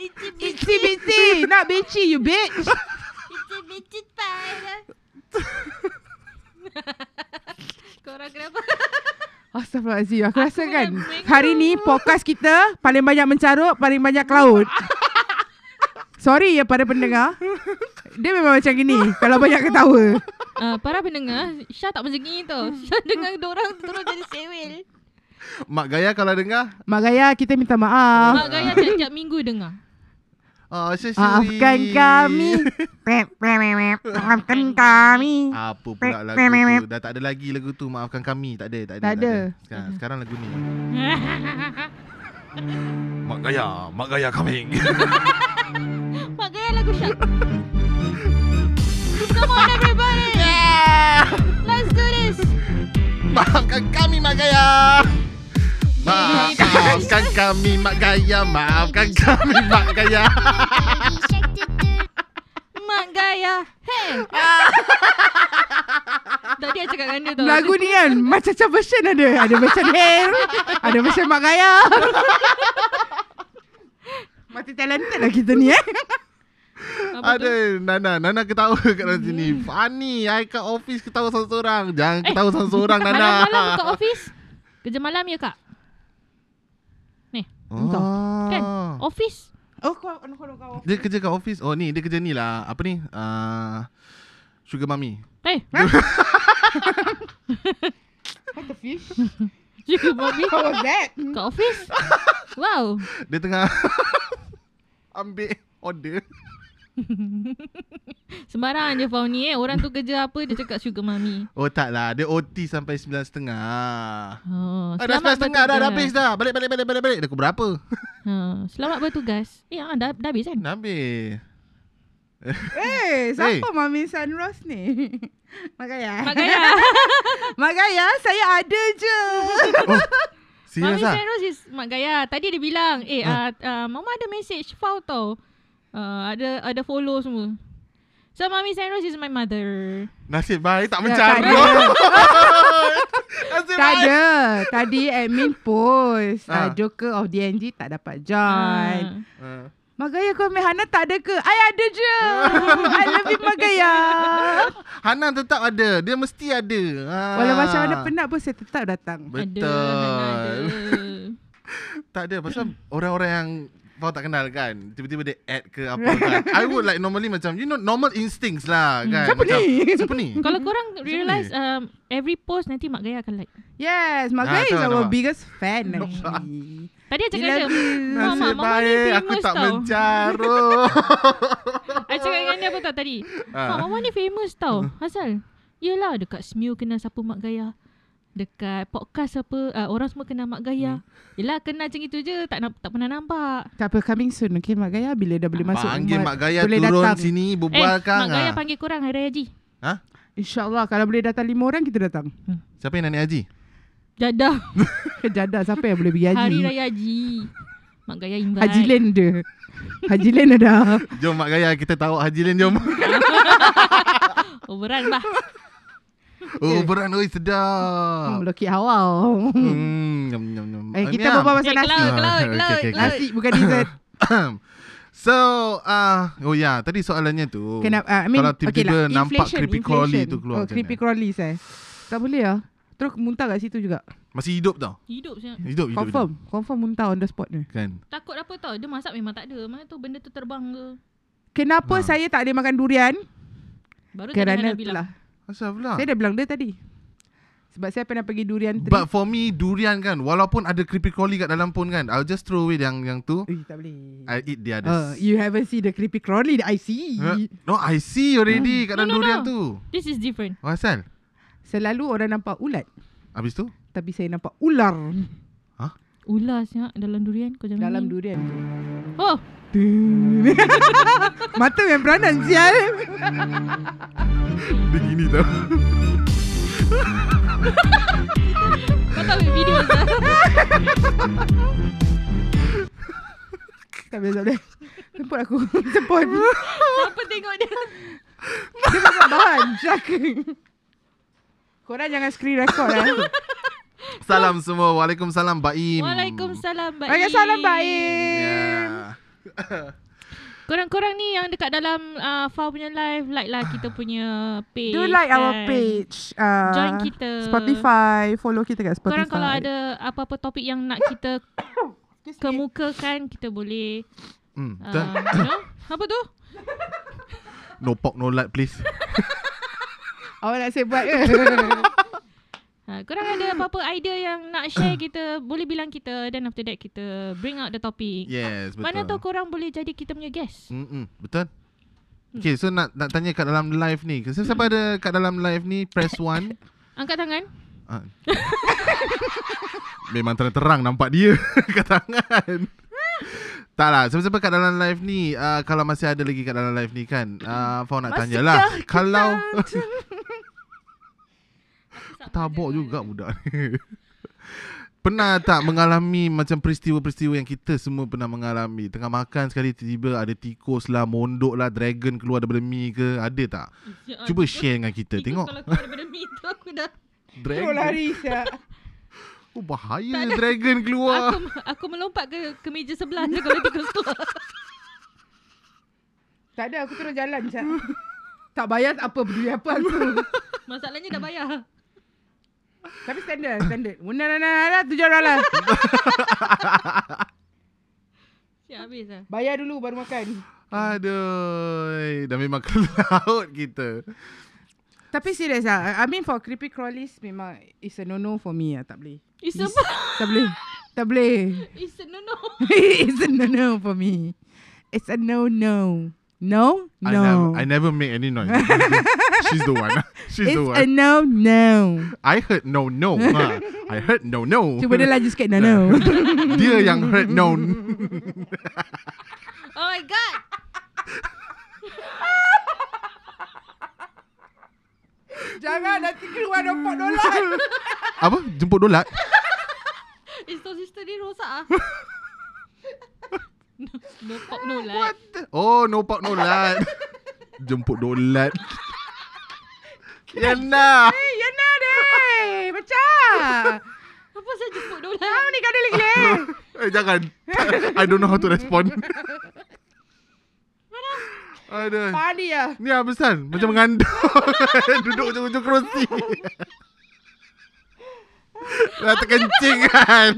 D: Itchy bitchy
E: Itchy bitchy, not bitchy you bitch.
D: itchy bitchy spider. Korang kenapa?
E: Astaghfirullahalazim. Aku rasa
D: dah
E: kan
D: mengantuk.
E: hari ni podcast kita paling banyak mencarut, paling banyak ke laut. Sorry ya para pendengar. Dia memang macam gini kalau banyak ketawa.
D: Uh, para pendengar, Syah tak macam ni tau. Syah dengar dorang terus jadi sewel.
B: Mak Gaya kalau dengar
E: Mak Gaya kita minta maaf.
D: Mak Gaya tiap-tiap minggu dengar.
B: Oh, syasui.
E: Maafkan kami. Maafkan kami.
B: Apa pula lagu tu Dah tak ada lagi lagu tu Maafkan kami Tak ada Tak ada,
E: Tak ada.
B: Sekarang, sekarang lagu ni Mak Gaya Mak Gaya coming
D: Mak Gaya lagu Syah. Come on everybody. Let's do this.
B: Maafkan kami Mak Gaya Maafkan kami Mak Gaya Maafkan kami Mak Gaya
D: Mak Gaya. Hey. Tadi saya cakap dengan dia tau.
E: Lagu ni kan macam-macam version ada. Ada version Hair, ada version Mak Gaya. Mati talented lah kita ni eh.
D: Apa tu?
B: Ada Nana Nana ketawa kat dalam sini Funny I kat office ketawa seorang-seorang Jangan
D: Eh.
B: ketawa seorang-seorang Nana
D: Malam-malam kat office. Kerja malam ya kak?
E: Entah.
B: oh.
D: Kan? Office.
E: Oh, kau kau kau.
B: Dia kerja kat office Oh ni dia kerja ni lah Apa ni uh, Sugar Mummy
D: Eh,
E: What the fish?
D: juga Bobby.
E: What was that?
D: Kat office. Wow.
B: Dia tengah Ambil order
D: Sembarang je Fauni eh. Orang tu kerja apa dia cakap sugar mami.
B: Oh tak lah Dia OT sampai 9.30 ah,
D: Oh,
B: Dah 9.30 dah, dah habis dah Balik balik balik balik balik Dah pukul berapa
D: Ha, selamat bertugas. Eh, ah, dah, dah habis kan?
B: Dah habis
E: Eh, siapa Mami Sunrose ni? Mak Gaya.
D: Mak Gaya.
E: Mak Gaya, saya ada je.
B: Serius lah
D: Mami
B: Ah.
D: ah, Feroz is Mak Gaya. Tadi dia bilang, eh, uh, uh, Mama ada message Fau tau. Uh, ada ada follow semua. So Mami Sandros is my mother.
B: Nasib baik tak
E: Ya,
B: mencar.
E: tak
B: bro. Nasib
E: Tak
B: baik.
E: ada. Tadi admin post.
B: Ah.
E: Ah. Joker of DNG tak dapat join.
D: Ah.
B: Ah.
E: Magaya kau ambil Hana tak ada ke? I ada je. I love you Magaya.
B: Hana tetap ada. Dia mesti ada. Ha.
E: Walau macam mana penat pun saya tetap datang.
D: Ada, Hana ada.
B: Betul. Tak ada pasal orang-orang yang kau tak kenal kan Tiba-tiba dia add ke apa kan I would like normally macam You know normal instincts lah kan
E: Siapa
B: macam,
E: ni?
B: Siapa ni?
D: Kalau korang realise
B: ni?
D: um, every post nanti Mak Gaya akan like.
E: Yes, Magaya
B: Ah, tu
E: is
B: nampak.
E: our biggest fan
B: Nampak.
E: actually.
D: Tadi I cakap
E: Dia
D: dia, Mak, Mak,
B: Nasib
D: Mama ni
B: baik aku
D: famous
B: tak
D: tau.
B: menjaruh
D: I cakap dengan dia apa tak tadi.
B: Ah.
D: Mak, Mama ni famous tau.
B: Hmm.
D: Asal? Yelah dekat Smew kenal siapa Mak Gaya. Dekat podcast apa uh, orang semua kenal Mak Gaya.
B: Hmm.
D: Yelah kenal macam itu je tak na- tak pernah nampak.
E: Tak apa, coming soon. Okay, Mak Gaya bila dah boleh masuk
B: Panggil
E: rumah,
B: Mak Gaya
E: boleh
B: turun
E: datang.
B: sini
D: Eh,
B: Berbual
D: Mak
B: kang ah.
D: Gaya panggil korang Hari Raya Haji.
B: ha?
E: InsyaAllah kalau boleh datang lima orang, kita datang.
B: Siapa yang nak naik haji?
D: Dadah.
E: Kejadah siapa yang boleh pergi haji.
D: Hari Raya Haji. Mak Gaya invite.
E: Haji Lane dia. Haji Lane ada.
B: Jom Mak Gaya kita tahu Haji Lin jom
D: Overrun lah. bah.
B: Oh beran oi sedap
E: Melukit awal.
B: Ah. Hmm, nyam, nyam, nyam.
E: Hmm, Eh, kita
B: Miam.
E: berbual
D: Eh,
E: pasal nasi.
D: kelau, kelau,
B: Okay,
D: kelau,
B: okay, okay.
D: kelau.
E: Nasi bukan dessert.
B: So uh, Oh ya yeah, Tadi soalannya tu
E: Kenapa? Uh, I mean,
B: Kalau tiba-tiba
E: okay lah.
B: nampak
E: Inflation,
B: creepy crawly
E: inflation.
B: tu keluar
E: Oh,
B: macam
E: creepy
B: mana?
E: crawly saya. Tak boleh lah. Terus muntah kat situ juga.
B: Masih hidup tau
D: Hidup saya.
B: Hidup hidup
E: Confirm. Confirm muntah on the spot ni.
B: hidup. Kan
D: Takut apa tau Dia masak memang tak ada Mana tu benda tu terbang ke
B: Ha.
E: Kenapa saya tak boleh makan durian?
D: Baru tadi Hana
E: Kerana
D: bilang
E: itulah.
B: Asal pula
E: Saya dah bilang dia tadi. Sebab saya pernah pergi durian tree.
B: Ah. But for me Durian kan Walaupun ada creepy crawly kat dalam pun kan I'll just throw away yang yang tu
E: Ui, tak boleh.
B: I eat the others
E: Uh, you haven't see the creepy crawly that I see.
B: Huh? No I see
E: Hmm.
B: already Kat dalam
D: No, no,
B: durian
D: no.
B: tu
D: This is different
B: Oh, Asal
E: Selalu orang nampak ulat.
B: Habis tu
E: Tapi saya nampak ular
D: Ular siap ya, Dalam durian Kau jangan
E: dalam
D: main.
E: durian tu.
D: Oh
E: Tuh. Mata yang peranan sial.
B: Dia gini tau
D: Kau tahu video Zah?
E: Tak boleh, tak boleh. Semput aku. Semput.
D: Siapa tengok dia
E: Dia bukan bahan. Jaka. Korang jangan screen record lah.
B: Salam semua Waalaikumsalam Baim
D: Waalaikumsalam Baik
E: Waalaikumsalam baik.
B: yeah.
D: Korang-korang ni Yang dekat dalam uh, Fau punya live Like lah kita punya page
E: Do like our
D: kan.
E: page. Uh,
D: Join kita.
E: Spotify. Follow kita kat Spotify.
D: Korang kalau ada Apa-apa topik yang nak kita Kemukakan Kita boleh
B: hmm.
D: uh,
B: tak-
D: you know? Apa tu?
B: No pork no light please
E: Awak nak saya buat ke?
D: Ha, korang ada apa-apa idea yang nak share kita Boleh bilang kita Then after that kita Bring out the topic
B: Yes Ya, betul
D: Mana tahu korang boleh jadi kita punya guest
B: Mm-mm, betul.
D: Hmm.
B: Okay, so nak nak tanya kat dalam live ni. So, siapa ada kat dalam live ni press 1.
D: Angkat tangan
B: Ah. Memang terang-terang nampak dia kat tangan. Tak lah, siapa-siapa kat dalam live ni uh, Kalau masih ada lagi kat dalam live ni kan uh, Fau nak tanya lah Kalau Tabok juga budak ni Pernah tak mengalami macam peristiwa-peristiwa yang kita semua pernah mengalami Tengah makan sekali tiba-tiba ada tikus lah, mondok lah, dragon keluar daripada mi ke Ada tak? Cuba share dengan kita, tengok
D: Ya, Ah, Kalau keluar daripada mi tu aku dah
E: Teruk
B: Dragon,
E: lari siap.
B: oh bahaya dragon keluar
D: aku, aku melompat ke, ke meja sebelah je kalau tikus keluar
E: Tak ada, aku terus jalan siap. Tak bayar tak apa peduli apa aku.
D: Masalahnya dah bayar
E: Tapi standard, standard. Una na na na tujuh lah. dolar.
D: Siap habis lah
E: Bayar dulu baru makan.
B: Aduh, dah memang kelaut kita.
E: Tapi serious lah. I- I mean for creepy crawlies memang it's a no-no for me lah. Tak boleh.
D: It's a,
E: It's- Tak boleh. Tak boleh.
D: it's a no no
E: it's a no-no for me. It's a no-no. No? No.
B: I never, I never make any noise. She's the one. She's the
E: it's a
B: one.
E: no-no.
B: I heard no no. Ha. I heard no no.
E: Cuba dia laju sikit no-no.
B: Dia yang heard no.
D: Oh my god
E: Jangan nanti keluar nampak dolar.
B: Apa? Jemput dolat.
D: Install sister dia rosak ah No pop no lah. light
B: What the? Oh, no pop, no light. Jemput dolat. Yana.
E: Eh, ya nak deh. Macam.
D: Apa saya jemput lah?
E: Kau
D: dolar
E: ni kau ada lagi leh.
B: eh, jangan. I don't know how to respond. Aduh.
E: Padi ya.
B: Ni habis kan Macam mengandung Duduk ujung-ujung kerusi Dah terkencing kan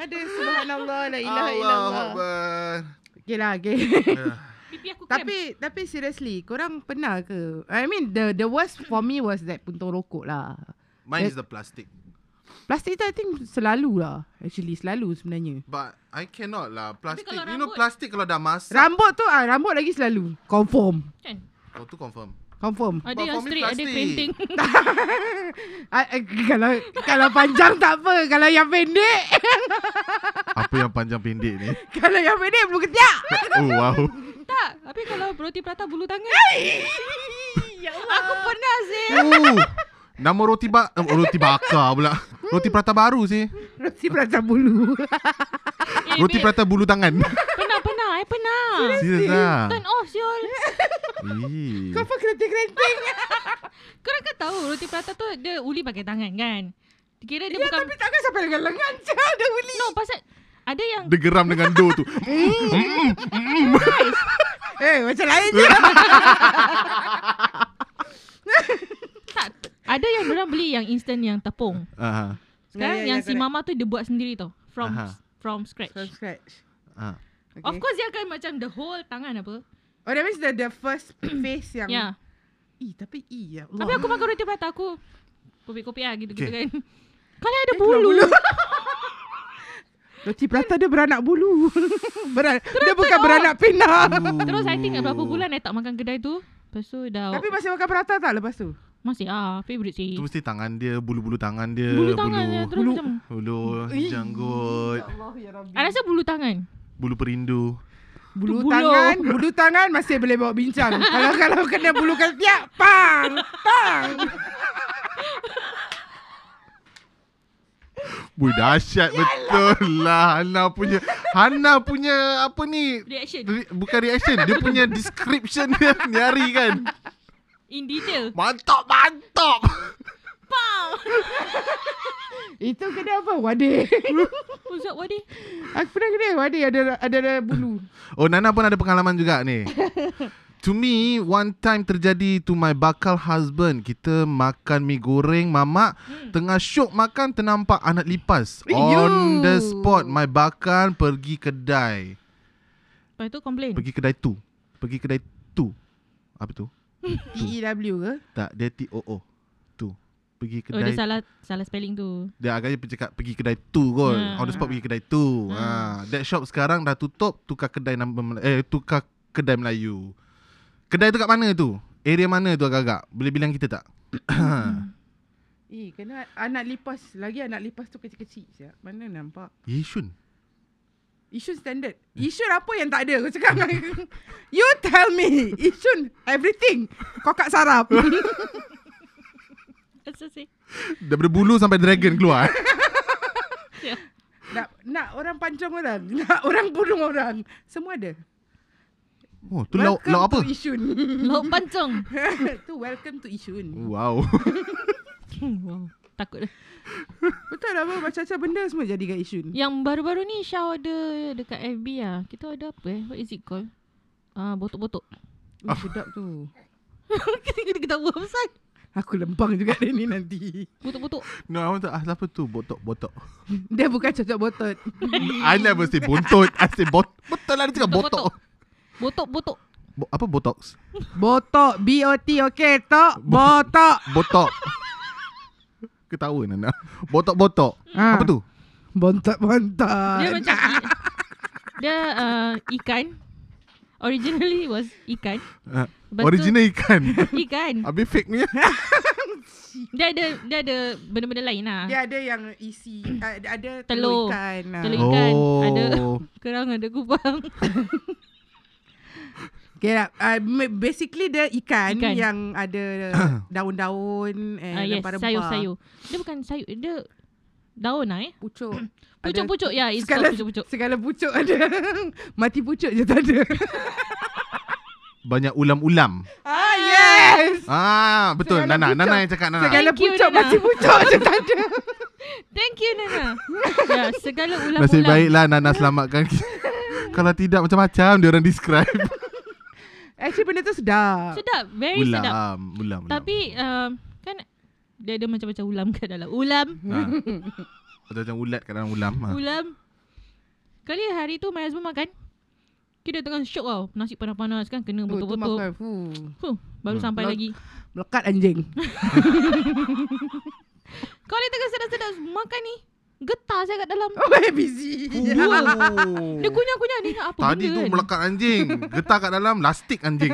E: Ada subhanallah la ilaha illallah.
B: Akbar.
E: Okay lah, okay.
B: Ya,
D: Pipi aku krem
E: tapi tapi seriously, korang pernah ke? I mean the the worst for me was that puntung rokok lah.
B: Mine is the plastic
E: Plastik tu I think selalu lah. Actually selalu sebenarnya.
B: But I cannot lah Plastik
D: kalau
B: You know
D: rambut-
B: plastik kalau dah masak
E: Rambut tu ah rambut lagi selalu. Confirm.
D: kan
B: Oh tu confirm
E: Confirm.
D: Ada
B: But
D: yang
B: for me,
D: straight Ada
B: plastik.
D: kerinting
E: I, I, Ah, eh, kalau kalau panjang tak apa, kalau yang pendek,
B: Apa yang panjang pendek ni
E: kalau yang pendek bulu ketiak.
B: Oh wow
D: Tak Tapi kalau roti prata bulu tangan Aku pernah sih
B: Ooh. Uh, Nama roti bak oh, Roti bakar pula Roti prata baru sih
E: Roti prata bulu.
D: eh,
B: Roti
D: babe,
B: prata bulu tangan
D: Pernah pernah I pernah
B: Serius lah
D: Turn off siol
B: Ih.
E: Kau apa kerenting-kerenting?
D: Korang kan tahu Roti prata tu Dia uli pakai tangan kan Kira dia
E: Ya,
D: bukan
E: tapi takkan sampai dengan lengan je ada beli.
D: No pasal Ada yang
B: Dia geram dengan do tu
E: Eh, macam lain je.
D: Tak Ada yang orang beli Yang instant yang tepung
B: Aha.
D: Sekarang
E: Ya, ya,
D: yang
E: ya,
D: si
E: correct.
D: mama tu Dia buat sendiri tau From
B: Aha.
D: From scratch
E: From scratch.
B: Ah.
E: Okay.
D: Of course dia akan macam The whole tangan apa
E: Oh, that means the, the first face yang...
D: Ya
E: Eh, tapi eh, ya Allah.
D: Tapi aku makan roti prata aku Kopi-kopi lah gitu-gitu
B: Okay.
D: kan Kalau ada bulu
E: Roti prata dia beranak bulu. Beran, dia bukan beranak pinang.
D: Terus I think berapa bulan I tak makan kedai tu Lepas tu dah
E: Tapi masih makan prata tak lepas tu?
D: Masih ah Favourite sih
B: Tu mesti tangan dia, bulu-bulu tangan dia,
D: Bulu tangan dia Terus
E: Bulu.
D: macam
B: bulu janggut,
E: Allah ya Rabbi.
D: I rasa bulu tangan
B: bulu perindu.
E: Bulu,
D: Bulu.
E: tangan, bulu tangan masih boleh bawa bincang. kalau kalau kena bulu ketiak, pang, pang.
B: Wih dahsyat betul lah Hana punya Hana punya apa ni
D: Reaction
B: Re, bukan reaction Dia punya description dia nyari kan
D: In detail
B: Mantap mantap
E: Itu kena apa? Wadah.
D: What's up Wadi
E: Aku pernah kena wadah ada ada, ada bulu.
B: Oh Nana pun ada pengalaman juga ni To me One time terjadi To my bakal husband Kita makan mi goreng mamak hmm. Tengah syok makan Ternampak anak lipas
E: Eh,
B: On
E: you.
B: the spot My bakal pergi kedai
D: Lepas tu complain
B: Pergi kedai tu Pergi kedai tu Apa tu?
E: TEW E ke?
B: Tak Dia T-O-O Tu Pergi
D: Oh dia
B: kedai
D: salah Salah spelling tu
B: Dia agaknya cakap Pergi kedai tu kot
D: Hmm.
B: On the spot pergi kedai tu ha. That shop sekarang dah tutup Tukar kedai nama Mel- Eh tukar kedai Melayu Kedai tu kat mana tu? Area mana tu agak-agak? Boleh bilang kita tak?
E: Eh, kena anak lipas. Lagi anak lipas tu kecil-kecil siap. Mana nampak?
B: Yishun
E: Isun standard. Isun apa yang tak ada? Kau cakap dengan aku. You tell me. Isun everything. Kau kat sarap.
D: Rasa sih
B: Daripada bulu sampai dragon keluar eh.
E: nak, nak orang pancung orang. Nak orang bunuh orang. Semua ada.
B: Oh tu lauk,
E: Welcome
B: lauk apa?
E: to Isun.
D: Lauk pancong
E: tu welcome to Isun.
B: Wow
D: Hmm, Wow Takut dah
E: Betul lah apa? Macam-macam benda semua jadi kat Isun.
D: Yang baru-baru ni Syah ada Dekat FB lah Kita ada apa eh What is it called Ah, botok-botok
E: Oh, sedap tu.
D: Kita kena ketawa pasal
E: Aku lempang juga dia ni nanti.
D: Botok-botok
B: No I want to ask apa tu? Botok-botok
E: Dia bukan cocok botot.
B: I never say bontot I say bot Betul lah dia cakap botok
D: Botok-botok. Botok-botok
B: Bo- Apa botox?
E: Botok. B-O-T. Okay, tok. Botok.
B: Botok Ketawa Nana Botok-botok
E: Ah.
B: Apa tu? Ah,
E: Bontot-bontot.
B: eh.
D: Dia macam i- Dia uh, ikan Originally was ikan
B: Uh,
D: Lepas tu-
B: original ikan
D: Ikan
B: Habis fake punya
D: Dia ada Dia ada Benda-benda lain lah
E: Dia ada yang isi uh, ada
D: Telur.
E: telur, ikan. ah.
D: Telur ikan
B: Oh.
D: Ada Kerang ada kupang
E: Okay, lah. uh, ma- basically dia
D: Ikan.
E: ikan, ikan. yang ada daun-daun and
D: Ah, Yes
E: rempah-rempah.
D: Sayur-sayur Dia bukan sayur Dia daun lah eh.
E: Pucuk. Ada-
D: Pucuk-pucuk ya, yeah, it's called
E: Segala,
D: pucuk-pucuk.
E: segala pucuk ada. Mati pucuk je tak ada.
B: Banyak ulam-ulam.
E: ah, yes.
B: Ah, betul.
E: Segala
B: Nana,
E: pucuk.
B: Nana yang cakap Nana.
E: Segala
D: Thank you,
E: pucuk
D: Nana.
E: mati pucuk je tak ada.
D: Thank you Nana. ya, segala ulam-ulam.
B: Nasib lah. baiklah Nana selamatkan kita. Kalau tidak macam-macam dia orang describe.
E: Actually benda tu sedap.
D: Sedap, very
B: ulam,
D: sedap.
B: ulam, ulam.
D: Tapi um, kan dia ada macam-macam ulam kat dalam. Ulam,
B: ha. macam ulat kat dalam ulam. Ha.
D: ulam. Kali hari tu my husband makan. Kita tengah syok tau. Nasi panas-panas kan kena
E: Oh, tu
D: betul-betul.
E: makan. Fuh.
D: Huh, baru
B: Hmm.
D: sampai
E: Nak-
D: lagi.
E: Melekat anjing.
D: Kali tengah sedap-sedap makan ni. Getar saya kat dalam.
E: Oh, very busy. Ah,
B: Oh.
D: Dia kunyah-kunyah ni nak apa
B: Tadi
D: benda
B: tu
D: kan?
B: melekat anjing. Getar kat dalam lastik anjing.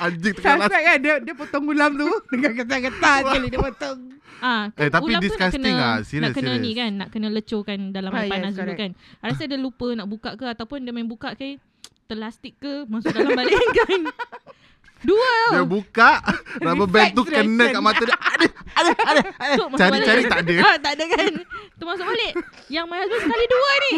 B: anjing tengah
E: Sunset
B: lastik.
E: kan dia, dia potong ulam tu dengan ketan-ketan sekali dia potong.
D: Ah,
B: Eh,
D: kan
B: tapi
D: ulam tu
B: disgusting
D: nak
B: lah.
D: kena,
B: Serious,
D: nak kena ni
B: serious.
D: kan, nak kena lecurkan dalam air
E: Ah, yes,
D: panas dulu
E: correct.
D: kan. I Rasa dia lupa nak buka ke ataupun dia main buka ke terlastik ke masuk dalam balik kan. Dua
B: Dia buka rubber band tu
E: Reflex
B: kena
E: reaction.
B: kat mata dia. Aduh, aduh, aduh.
D: masuk
B: aduh. Cari-cari eh, tak ada.
D: Ah, tak ada kan. Tu masuk balik. Yang my husband sekali dua ni.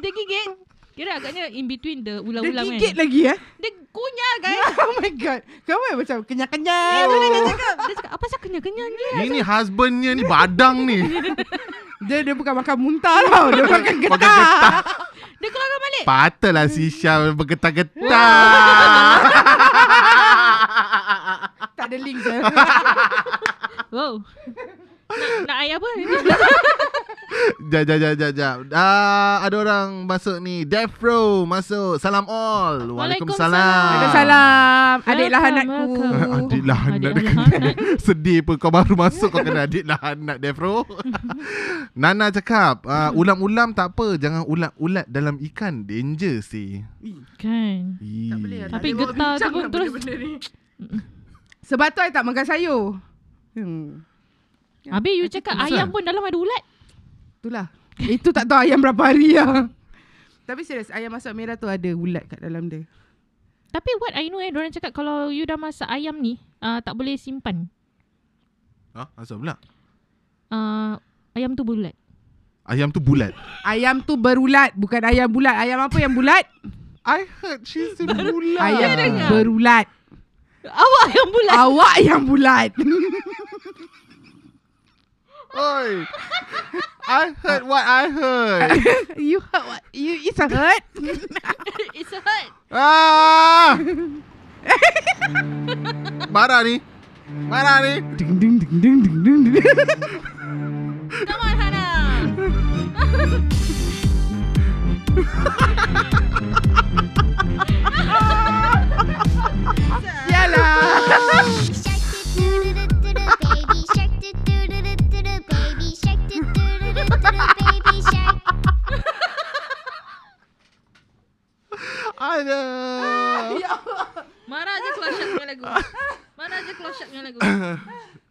D: Dia gigit. Kira agaknya in between the
E: Dia
D: ulang-ulang
E: gigit
D: kan.
E: lagi eh.
D: Dia kunyah guys.
E: Oh my god. Kamu yang macam
D: Dia
E: kenyang-kenyang.
D: dia Ya, cakap, dia cakap apa saya kenyang-kenyang je.
B: Ini husbandnya ni badang ni.
E: Dia dia bukan makan muntah tau. Dia makan
B: Makan
E: getah.
B: getah.
D: Dia keluarkan
E: Eh.
D: balik.
B: Patutlah
E: Hmm.
B: si Syah bergetar-getar.
E: Tak ada link je.
D: Wow. Nak, nak air apa?
B: Jap, jap, jap, jap, jap. Ah, ada orang masuk ni. Defro masuk. Salam all.
D: Waalaikumsalam.
B: Waalaikumsalam.
E: Salam. Adik
D: Welcome,
E: lahanatku.
D: welcome.
B: Adik lah anak
D: Adik lah anak.
B: Sedih pun kau baru masuk kau kena adik lah anak Defro. Nana cakap, ah, ulam-ulam tak apa. Jangan ulat-ulat dalam ikan. Danger sih.
D: Kan.
B: Ih.
E: Tak boleh lah, tak
D: Tapi
E: boleh bawa
D: getah tu
E: bincang
D: pun
E: lah
D: terus-
E: benda-benda ni. Sebab tu I tak makan sayur. Hmm.
D: Habis you cakap
B: Kenapa?
D: ayam pun dalam ada ulat.
E: Itulah. Itu tak tahu ayam berapa hari lah. Tapi serius, ayam masak merah tu ada ulat kat dalam dia.
D: Tapi what I know eh, orang cakap kalau you dah masak ayam ni, uh, tak boleh simpan.
B: Ha? Asal pula?
D: Uh, ayam tu berulat.
B: Ayam tu bulat.
E: Ayam tu berulat, bukan ayam bulat. Ayam apa yang bulat?
B: I heard she said bulat.
E: Ayam berulat.
D: Awak ayam bulat.
E: Awak yang bulat.
B: Oi. I heard what I heard.
E: you heard what? You it's a hurt.
D: It's a hurt.
B: Ah! Marah ni. Marah ni.
E: ding ding ding ding ding ding. ding.
D: Come on, Hana.
E: Yalah.
F: Shark do-do-do-do-do, baby shark do-do-do-do-do, baby shark do-do-do-do-do, baby shark.
E: Ah,
B: Aduh.
E: ya.
D: Marah je keluar syak dengan lagu. Marah je keluar syak dengan lagu.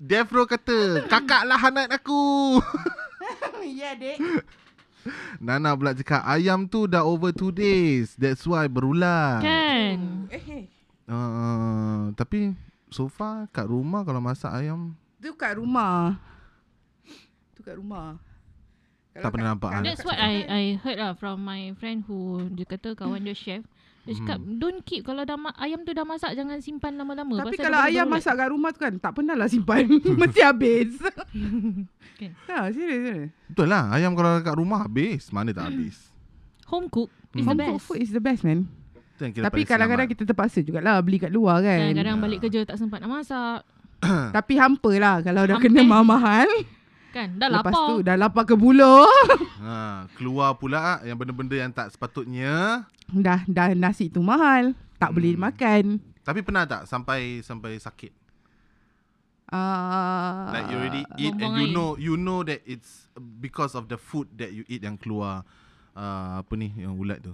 B: Defro kata, kakak lahanat aku.
E: Ya, dek.
B: Nana pula cakap, ayam tu dah over two days. That's why berulang.
D: Kan.
E: Eh,
B: Uh, tapi so far kat rumah kalau masak ayam
E: tu kat rumah. Tu kat rumah.
B: tak pernah nampak. kan?
D: That's what I I heard lah from my friend who dia kata kawan dia chef. Dia cakap don't keep kalau dah ma- ayam tu dah masak jangan simpan lama-lama.
E: Hmm. Tapi
D: pasal
E: kalau
D: dia boleh
E: ayam
D: berulat.
E: masak kat rumah tu kan tak pernah lah simpan. Mesti habis.
D: Okay.
E: Ha, serius serius.
B: Betul lah, ayam kalau kat rumah habis. Mana tak habis.
E: Hmm.
D: home cook is the
E: Home
D: best.
E: cooked food is the best man.
B: Itu yang kira
E: Tapi
B: paling
E: kadang-kadang
B: selamat.
E: kita terpaksa jugalah beli kat luar kan.
D: Kadang-kadang balik kerja tak sempat nak masak.
B: Ha.
E: Tapi hampa lah kalau dah
D: Hampir.
E: kena mahal-mahal.
D: Kan? eh. Dah
E: Lepas tu
D: lapar.
E: dah lapar ke bulu.
B: ha, keluar pula yang benda-benda yang tak sepatutnya.
E: dah dah nasi tu mahal. Tak boleh
B: Hmm.
E: makan.
B: Tapi pernah tak sampai sampai sakit?
E: Uh,
B: Like you already
D: Ah,
B: eat and
D: buang-buang
B: you
D: air.
B: know you know that it's because of the food that you eat yang keluar uh, apa ni yang ulat tu.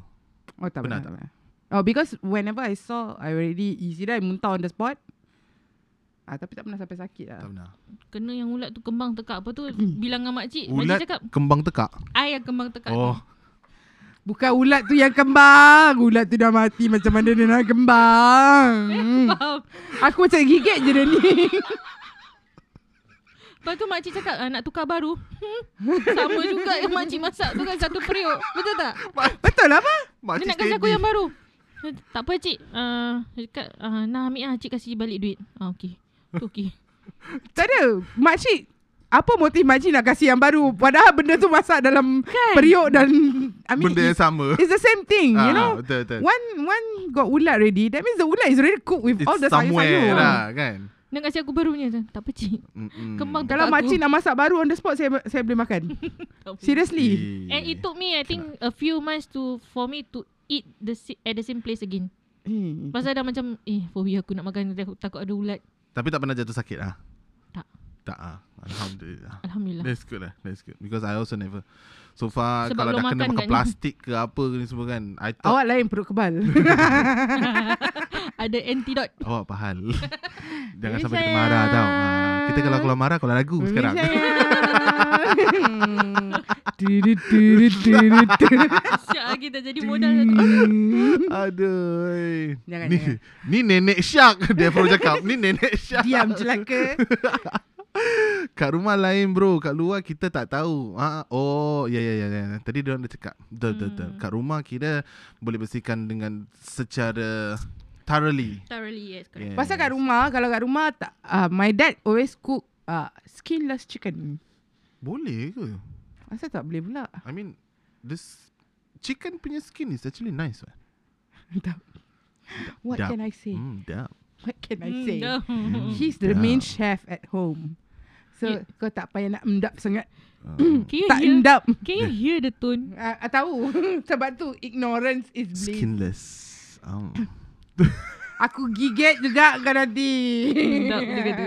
E: Oh tak
B: Pernah
E: pernah, tak pernah. Oh because whenever I saw I already easy dah I muntah on the spot. Ah tapi tak pernah sampai sakit lah.
B: Tak pernah.
D: Kena yang ulat tu kembang tekak. Apa tu bilang dengan makcik.
B: Ulat
D: Makcik Eh, cakap,
B: kembang tekak.
D: I yang kembang tekak.
B: Oh,
E: Bukan ulat tu yang kembang. Ulat tu dah mati macam mana dia nak kembang. Hmm.
D: Eh, Faham?
E: Aku macam gigit je dia ni.
D: Lepas tu makcik cakap ah, nak tukar baru. Hmm, sama juga yang makcik masak tu kan satu periuk. Betul tak?
E: Betul lah apa?
D: Dia
B: Makcik
D: nak kasi aku
B: steady.
D: yang baru. Tak apa cik. Uh, cakap, uh, nah ambil lah cik kasi balik duit. Ah, okay. Tu okay.
E: Tak ada. Makcik apa motif makcik nak kasih yang baru Padahal benda tu masak dalam kan. Periuk dan I mean
B: Benda yang
E: it's,
B: sama
E: it's the same thing
B: Ah,
E: You know
B: Betul betul
E: One one got ulat already That means the ulat is already cooked With
B: It's
E: all the Oh.
B: somewhere
E: sayur-sayur
B: lah kan
D: Dia nak kasi aku baru punya. Tak apa cik.
B: Mm-mm.
D: Kembang
E: Kalau
D: Aku-
E: makcik nak masak baru On the spot Saya saya boleh makan Seriously
B: Eh.
D: And it took me I think a few months to for me to eat the si- at the same place again.
E: Hmm.
D: Pasal dah macam eh phobia aku nak makan aku takut ada ulat.
B: Tapi tak pernah jatuh sakit ah.
D: Tak.
B: Tak ah. Alhamdulillah.
D: Alhamdulillah.
B: That's good lah. That's good. Because I also never. So far Sebab
D: Sebab
B: kalau
D: belum
B: dah kena
D: makan kan?
B: makan
D: katnya.
B: plastik ke apa ke ni semua kan. I thought
E: Awak lain perut kebal
D: ada antidote.
B: awak pahal. Jangan
E: Baby
B: sampai kita
E: sayang.
B: marah tau. Ha, kita kalau keluar marah kalau lagu
E: Baby
B: sekarang.
E: sayang. Du- du- du- du- du- du- du-
D: Siap lah kita jadi modal satu.
B: Aduh.
E: Jangan,
B: ni,
E: jangan.
B: ni nenek Syak dia perlu cakap. Ni nenek Syak.
E: Diam lah. celaka
B: Kat rumah lain bro Kat luar kita tak tahu ha, Oh ya ya ya ya. Tadi dia orang dah cakap Betul betul betul
E: Hmm.
B: Kat rumah kira Boleh bersihkan dengan Secara Thoroughly
D: Thoroughly yes correct.
B: Yes.
E: Pasal kat rumah Kalau kat rumah tak, uh, My dad always cook uh, Skinless chicken
B: Boleh ke?
E: Asal tak boleh pula
B: I mean This Chicken punya skin is actually nice right?
E: What
B: Dap.
E: can I say
B: Hmm, dah.
E: What can I
D: Hmm,
E: say
D: dah.
E: He's the main
B: Dap.
E: chef at home So
D: Yeah.
E: kau tak payah nak endap sangat
B: Uh,
D: Can you
E: Tak
D: hear?
E: endap
D: Can you hear the tone?
E: uh, Tahu Sebab tu Ignorance is bliss
B: skinless. Um.
E: Aku gigit juga kau nanti
D: Endap dia kata.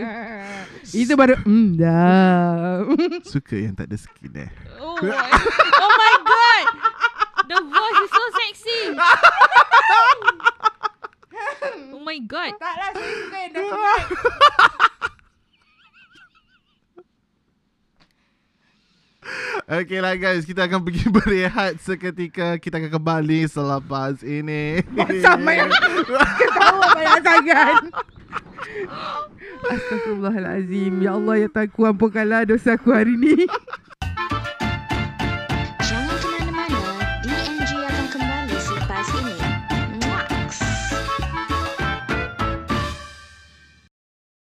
E: Itu baru "Mm, Endap
B: Suka yang tak ada skin eh.
D: Oh, my- oh my god. The voice is so sexy. Oh my god.
E: Taklah saya suka yang lah, kan, dah
B: Okay lah guys, kita akan pergi berehat seketika. Kita akan kembali selepas ini.
E: Sama yang Ketawa banyak sangat Astagfirullahalazim Ya Allah ya Tuhan ku ampunkanlah dosa aku hari ni